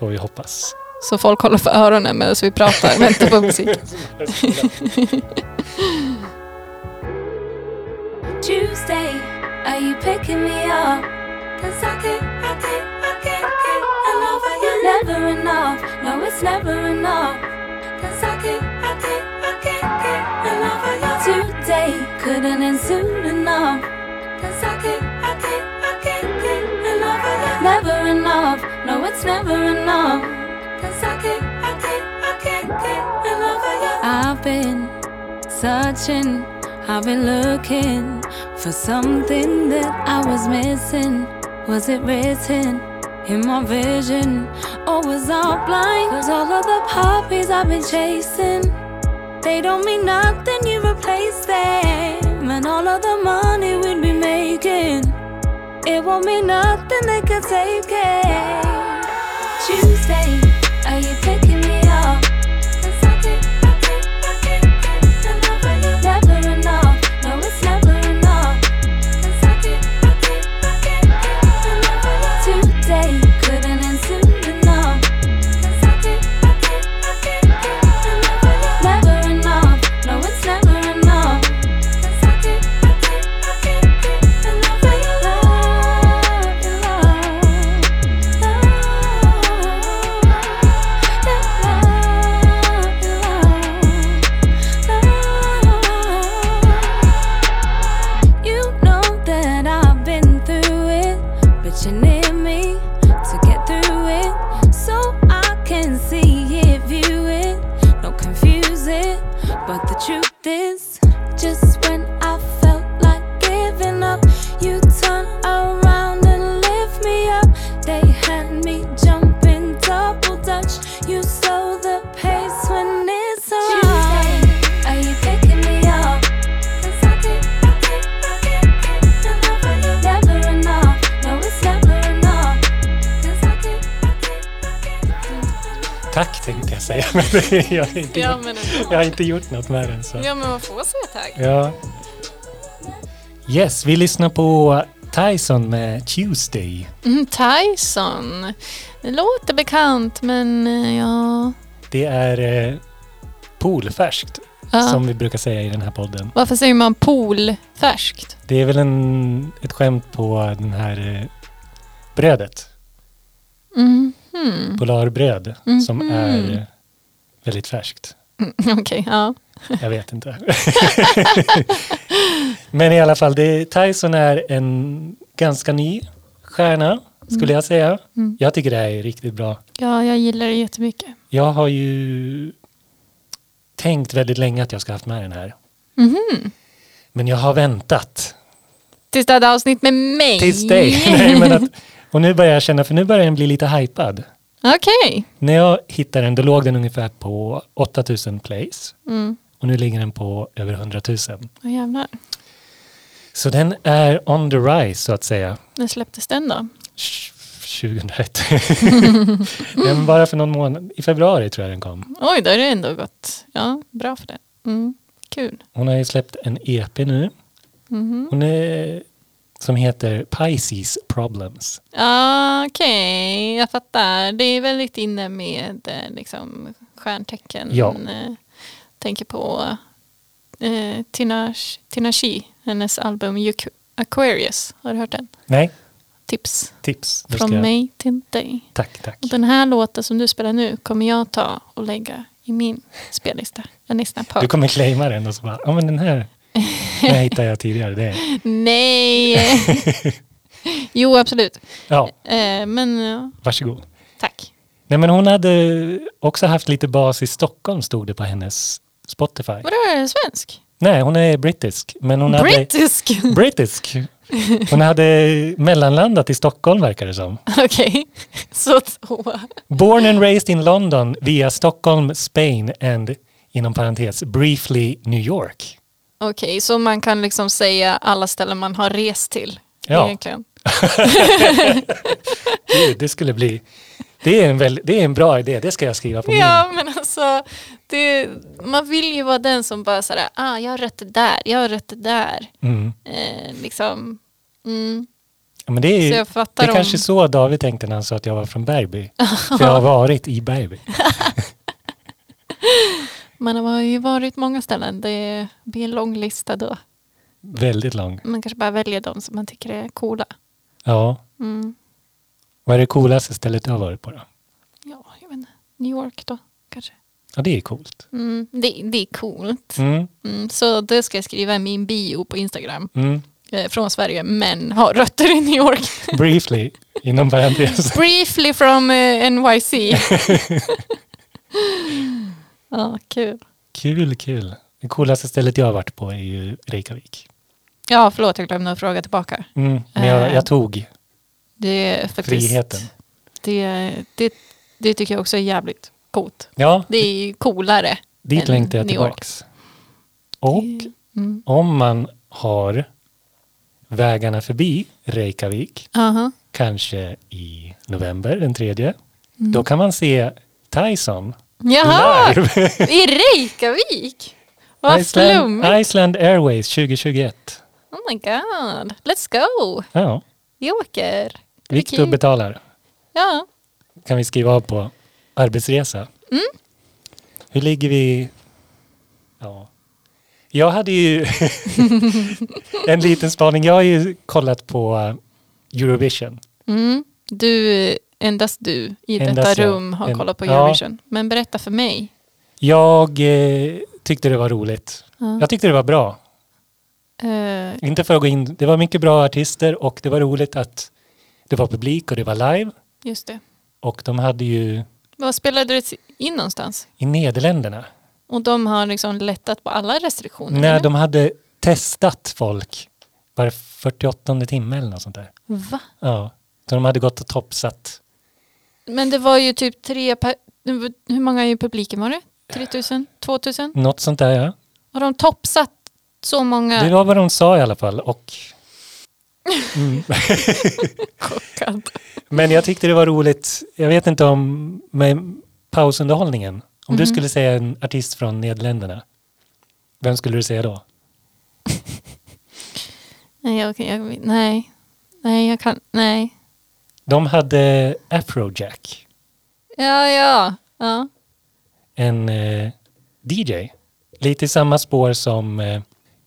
får vi hoppas. Så folk håller för öronen medan vi pratar. Vänta på musik. Tuesday, are you picking me up? Cause I can't, I can't, I can't get enough of you. Never enough, no, it's never enough. Cause I can't, I can't, I can't get enough of you. Today, couldn't end soon enough. Cause I can't, I can't, I can't get enough of you. Never enough, no, it's never enough. Cause I can't, I can't, I can't get enough of you. I've been searching. I've been looking for something that I was missing. Was it written in my vision? Or was I blind? Cause all of the poppies I've been chasing, they don't mean nothing, you replace them. And all of the money we'd be making, it won't mean nothing, they could take it. Tuesday, are you picking me up? Love. You know that I've been through it, but you need me to get through it so I can see it, view it, don't confuse it. But the truth is, just when I felt like giving up, you turn around and lift me up. They had me jumping double dutch. You slow the pace when it's around. Are you picking me up? Never enough, no, it's never enough. 'Cause I can't, I can't, I can't, I can't. Tack tänkte jag säga, men jag har inte, Ja, gjort- men, jag har inte gjort något med den. Så. ja, men man får säga tack. Ja. Yes, vi lyssnar på Tyson med Tuesday. Mm, Tyson. Det låter bekant, men eh, ja. Det är eh, poolfärskt, ja. som vi brukar säga i den här podden. Varför säger man poolfärskt? Det är väl en, ett skämt på den här eh, brödet, Mhm. Mm. Polarbröd, som Mhm. är eh, väldigt färskt. Okej, ja. Jag vet inte. Men i alla fall, det, Tyson är en ganska ny stjärna, skulle jag säga. Mm. Jag tycker det här är riktigt bra. Ja, jag gillar det jättemycket. Jag har ju tänkt väldigt länge att jag ska ha haft med den här. Men jag har väntat Tills du hade avsnitt med mig. tills dig. Nej, men att, och nu börjar jag känna, för nu börjar den bli lite hypad. Okej. När jag hittade den, då låg den ungefär på 8000 plays. Mm. Och nu ligger den på över 100 000. Åh, jävlar. Så den är on the rise så att säga. När släpptes den då? Tj- 2001. den bara för någon månad, i februari tror jag den kom. Oj, då är det ändå gått. Ja, bra för det. Mm. Kul. Hon har ju släppt en EP nu. Mhm. Hon är, som heter Pisces Problems. Ja, Okej, jag fattar. Det är väldigt inne med eh, liksom, stjärntecken. Ja. Eh, Tänker på eh, Tina, Tina Chi, hennes album Aqu- Aquarius. Har du hört den? Nej, Tips tips. Nu ska från jag- mig till dig. Tack, tack. Och den här låten som du spelar nu kommer jag ta och lägga i min spellista. Jag lyssnar på. Du kommer claima den och så bara, ja men den här, den här hittade jag tidigare. Det. är- Nej! jo, absolut. Ja, Eh, men ja, varsågod. tack. Nej men hon hade också haft lite bas i Stockholm stod det på hennes Spotify. Vadå, är du svensk? Nej, hon är brittisk. Men hon hade, Brittisk! brittisk. Hon hade mellanlandat i Stockholm verkar det som. Okej, så två. Born and raised in London via Stockholm, Spain and inom parentes briefly New York. Okej, så man kan liksom säga alla ställen man har rest till. Ja. Egentligen. Gud, det skulle bli... Det är, en väl, det är en bra idé, det ska jag skriva på min. Ja, men alltså, det, man vill ju vara den som bara sådär, ah, jag har rätt där, jag har rätt där. Mm. Eh, liksom, mm. Ja, Men det är, Så jag fattar det är om- kanske så David tänkte när han sa att jag var från Bergby. För jag har varit i Bergby. Man har ju varit många ställen, det blir en lång lista då. Väldigt lång. Man kanske bara väljer de som man tycker är coola. Ja. Mm. Vad är det coolaste stället du har varit på då? Ja, jag vet inte. New York då, kanske. Ja, det är coolt. Mm, det, det är coolt. Mm, Mm, så det ska jag skriva i min bio på Instagram. mm. Eh, från Sverige, men har rötter i New York. Briefly, inom parentes. Briefly from eh, NYC. ja, kul. Kul, kul. Det coolaste stället jag har varit på är ju Reykjavik. Ja, förlåt, jag glömde att fråga tillbaka. Mm, men jag, Eh, jag tog Det är faktiskt... friheten. Det, det, det tycker jag också är jävligt coolt. Ja, Det är ju coolare. dit än längtar jag New York. tillbaks. Och Mm. om man har vägarna förbi Reykjavik, Aha. kanske i november den tredje, Mm. då kan man se Tyson Jaha, live. i Reykjavik! Vad Iceland, flummigt! Iceland Airways 2021. Oh my god, let's go! Ja, Vi åker! Det blir Viktor kul. betalar. Ja, kan vi skriva av på arbetsresa. Hur ligger vi? Ja. Jag hade ju en liten spaning. Jag har ju kollat på eh, Eurovision. mm. du, endast du i Endast detta jag. rum har En- kollat på ja. Eurovision. Men berätta för mig. Jag eh, tyckte det var roligt. Ja. Jag tyckte det var bra. Eh, Inte för att gå in. Det var mycket bra artister och det var roligt att det var publik och det var live. just det. Och de hade ju Vad spelade det in någonstans? i Nederländerna. Och de har liksom lättat på alla restriktioner? När eller? de hade testat folk var det 48 timme eller något sånt där. Va? Ja, så de hade gått och topsat. Men det var ju typ tre... Per... Hur många i publiken Eh, var det? 3000? 2000? Något sånt där ja. Har de topsat så många? Det var vad de sa i alla fall. Och, Chockad. men jag tyckte det var roligt. Jag vet inte om med pausunderhållningen. Om du skulle säga en artist från Nederländerna. Vem skulle du säga då? Nej, jag, kan- jag, nej, nej, jag kan, nej. De hade Afrojack. Ja, ja, ja. En eh, DJ. Lite i samma spår som eh,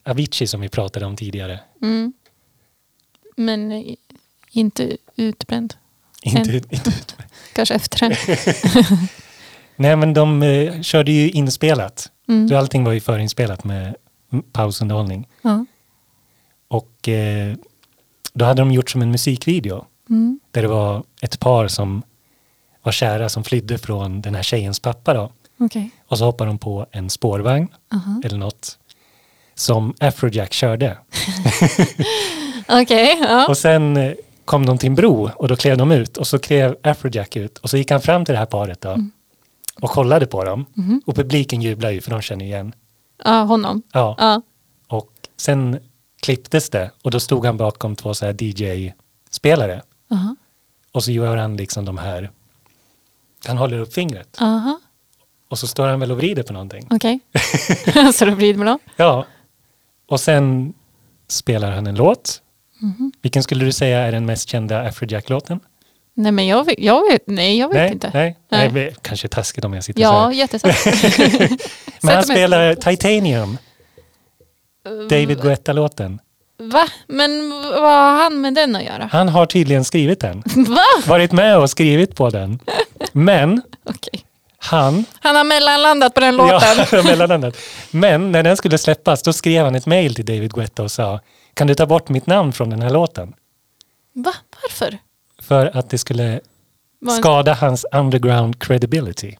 Avicii som vi pratade om tidigare. Mm. Men eh, inte utbränd. Inte, inte, Kanske efter det. nej men de eh, körde ju inspelat. Mm. Så allting var ju förinspelat med mm, pausunderhållning. Ja. Och eh, då hade de gjort som en musikvideo Mm. där det var ett par som var kära som flydde från den här tjejens pappa då. Okej. Och så hoppade de på en spårvagn Aha. eller något som Afrojack körde. Okej, ja. Och sen eh, kom de till en bro och då klev de ut och så klev Afrojack ut och så gick han fram till det här paret då Mm. och kollade på dem. Mhm. Och publiken jublade ju för de känner ju igen. ja. Honom. Ja. Ja. Och sen klipptes det och då stod han bakom två så här DJ-spelare. Aha. Och så gör han liksom de här, han håller upp fingret Aha. och så står han väl och vrider på någonting. Okej. så då vrider man av. Ja, och sen spelar han en låt. Mm-hmm. Vilken skulle du säga är den mest kända Afrojack-låten? Nej, men jag vet, jag vet, nej, jag vet Nej, inte. nej, nej. Nej. det är kanske taskigt om jag sitter så Ja, här. jättesant. Men han sätt mig- spelar Titanium, Uh. David Guetta-låten. Va? Men vad har han med den att göra? Han har tydligen skrivit den, Va? varit med och skrivit på den. Men Okej. han Han har mellanlandat på den låten. Ja, mellan annat. Men när den skulle släppas då skrev han ett mejl till David Guetta och sa kan du ta bort mitt namn från den här låten? Va? Varför? För att det skulle Var- skada hans underground credibility.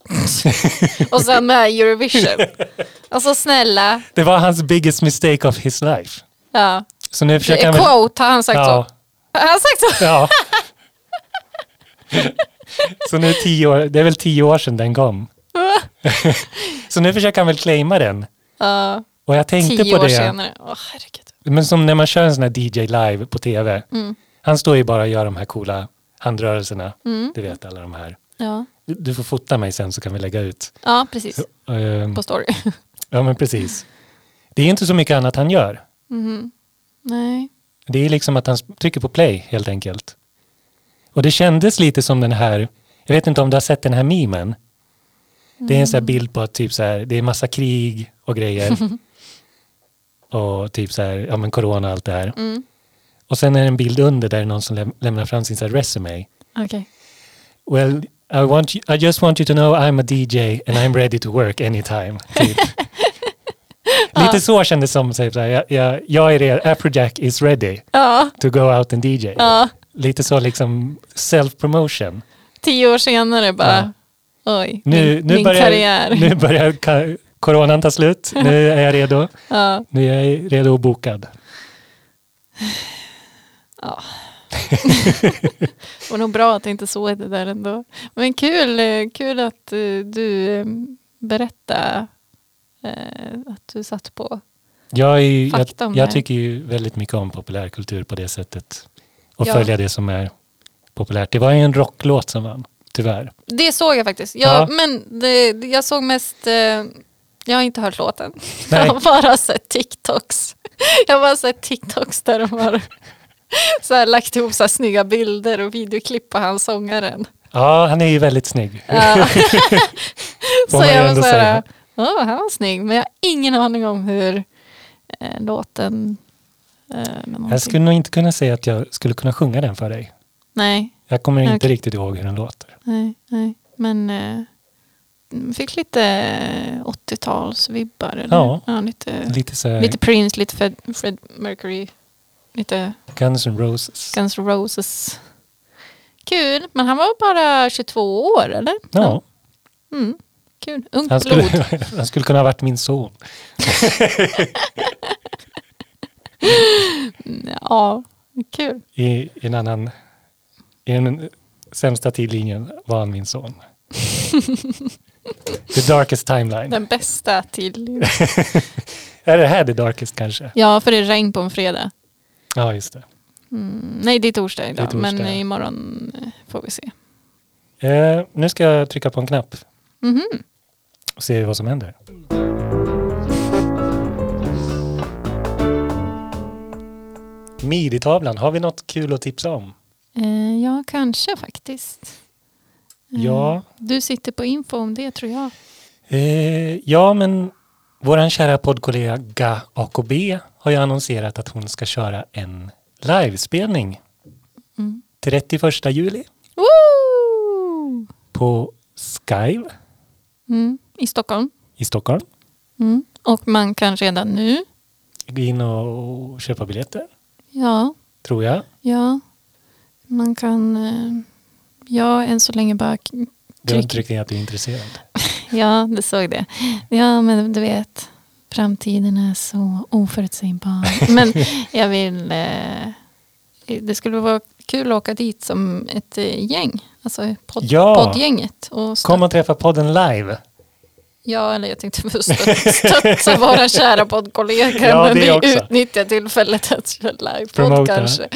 Och sen med Eurovision. Alltså snälla. Det var hans biggest mistake of his life. Ja. Eh, Så nu försöker han... väl- Quote har han sagt ja, så. Har han sagt så? ja. Så nu tio år, det är väl tio år sedan den kom. Så nu försöker han väl claima den. Ja, Och jag tänkte tio på år det. senare. Åh, herregud. Men som när man kör en sån här DJ live på tv. Han står ju bara och gör de här coola handrörelserna. Du vet alla de här. Ja. Du- Du får fota mig sen så kan vi lägga ut. ja, precis. Ehm, På story. ja men precis. Det är inte så mycket annat han gör. Nej. Det är liksom att han sp- trycker på play helt enkelt. Och det kändes lite som den här, jag vet inte om du har sett den här memen. Det är en sån här bild på att typ så här, det är massa krig och grejer. och typ så här, ja men corona och allt det här. Och sen är det en bild under där det är någon som läm- lämnar fram sin så här resume. Okej. Well, I, want you, I just want you to know I'm a DJ and I'm ready to work anytime. Typ. Lite så kändes det som, typ så här, jag, jag, jag är redo, Afrojack is ready Ja, to go out and DJ. ja. Lite så liksom self-promotion. Tio år senare bara. Oj, Nu, min, nu, min börjar, karriär. nu börjar ka- coronan ta slut. Nu är jag redo. Ja. Nu är jag redo och bokad. Det var nog bra att jag inte såg det där ändå. Men kul, eh, kul att eh, du eh, berättade eh, att du satt på. Jag, är, ju- jag, Fakta om det jag här. tycker ju väldigt mycket om populärkultur på det sättet. Och Ja. följa det som är populärt. Det var ju en rocklåt som vann, tyvärr. Det såg jag faktiskt. Jag, Ja. Men det, det- jag såg mest, eh, jag har inte hört låten. Jag Nej. har bara sett TikToks. Jag har bara sett TikToks där de har så här, lagt ihop så här, snygga bilder och videoklipp på han sångaren. Ja, han är ju väldigt snygg. Ja. Får så man ju jag var ändå så säga. här, åh, han var snygg. Men jag har ingen aning om hur eh, låten... Eh, med någonting. Jag skulle nog inte kunna säga att jag skulle kunna sjunga den för dig. Nej, Jag kommer inte Okej. riktigt ihåg hur den låter. nej, nej. Men eh, fick lite 80-talsvibbar. eller? Ja. ja lite, Lite så här lite Prince, lite Fred, Fred Mercury, lite Guns N' Roses. Guns N' Roses. Kul, men han var bara 22 år eller? Ja, Mm, kul, ungt han, blod. skulle, han skulle kunna ha varit min son. Ja, kul. I, i en annan... I den sämsta tidlinjen var han min son. the darkest timeline. Den bästa till... Är det här the darkest kanske? Ja, för det är regn på en fredag. Ja, just det. Mm, nej, det är torsdag idag, Det är torsdag. men imorgon eh, får vi se. Eh, nu ska jag trycka på en knapp. Mhm. Och se vad som händer. Midi-tavlan, har vi något kul att tipsa om? Eh, ja, kanske faktiskt. Eh, Ja, Du sitter på info om det tror jag. eh, ja men vår kära poddkollega AKB har ju annonserat att hon ska köra en livespelning. 31 juli Woo! på Skype Mm, I Stockholm. i Stockholm. Mm. Och man kan redan nu. Gå in och köpa biljetter, Ja, tror jag. ja. Man kan... Eh, ja, än så länge bara... k- Du har tryck- inte tryckt in att du är intresserad. Ja, du såg det. Ja, men du vet, framtiden är så oförutsägbar. Men jag vill... Eh, det skulle vara kul att åka dit som ett eh, gäng. Alltså podd, Ja. poddgänget. Och stö- Kom och träffa podden live. Ja, eller jag tänkte först att stötta våra kära poddkollegor. Ja, men det vi också. utnyttjar tillfället att köra livepodd Promota. kanske.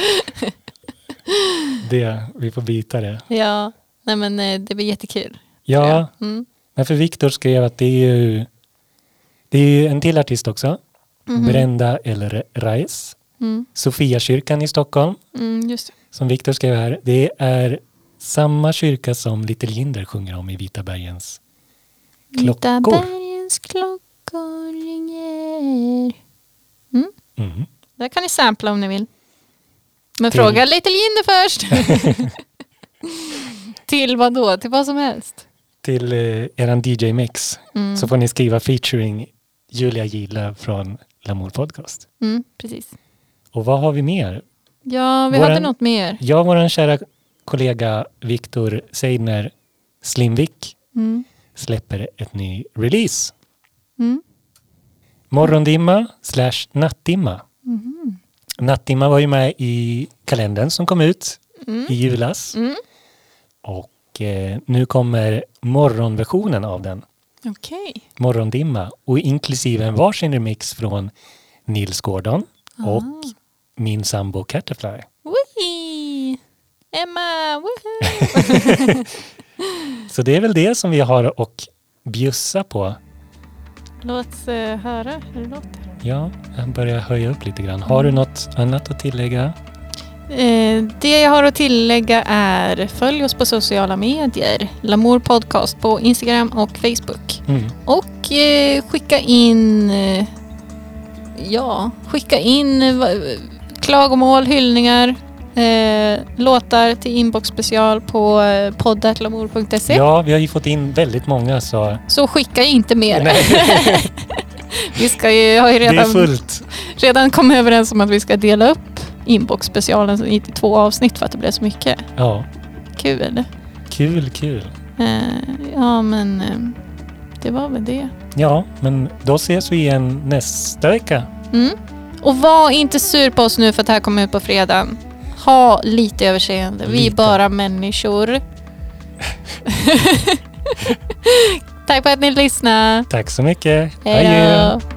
Det, vi får bita det. Ja, nej men eh, det blir jättekul. Ja, Mm. men för Viktor skrev att det är ju det är ju en till artist också. Brenda El Reyes. Mm. Sofiakyrkan i Stockholm, Mm, just det. som Viktor skrev här. Det är samma kyrka som Little Jinder sjunger om i Vita bergens Vita klockor. bergens klockor ringer. Mm. Mm. Där kan ni sampla om ni vill. Men Till- fråga Little Jinder först. Till vad då? Till vad som helst. Till eh, eran DJ-mix Mm. så får ni skriva featuring Julia Gilla från Lamour Podcast. Mm, precis. Och vad har vi mer? Ja, vi Våran- hade något mer. Jag och vår kära kollega Viktor Seidner Slimvik Mm. släpper ett ny release. Mm. Morgondimma slash nattdimma. Mhm. Nattdimma var ju med i kalendern som kom ut i julas. Mm. Och eh, nu kommer morgonversionen av den, Okej. Morgondimma, och inklusive en varsin remix från Nils Gordon Ah. och min sambo Caterfly. Wee! Emma, woohoo! Så det är väl det som vi har att bjussa på. Låt oss eh, höra hur det låter. Ja, jag börjar höja upp lite grann. Har Mm. du något annat att tillägga? Eh, det jag har att tillägga är följ oss på sociala medier. Lamour Podcast på Instagram och Facebook. Mm. Och eh, skicka in... Eh, ja, skicka in eh, va- eh, klagomål, hyllningar, eh, låtar till Inbox special på eh, poddatlamour.se. Ja, vi har ju fått in väldigt många så Så skicka inte mer. Nej, Vi ska ju, har ju det är redan fullt. redan kommit överens om att vi ska dela upp inbox-specialen i två avsnitt för att det blev så mycket Ja, kul. kul, kul. Eh, ja, men eh, det var väl det. Ja, men då ses vi igen nästa vecka. Mm. Och var inte sur på oss nu för att det här kommer ut på fredag. Ha lite överseende. Vi är Lite. bara människor. Tack för att ni lyssnade. Tack så mycket. Hej Adjö. då.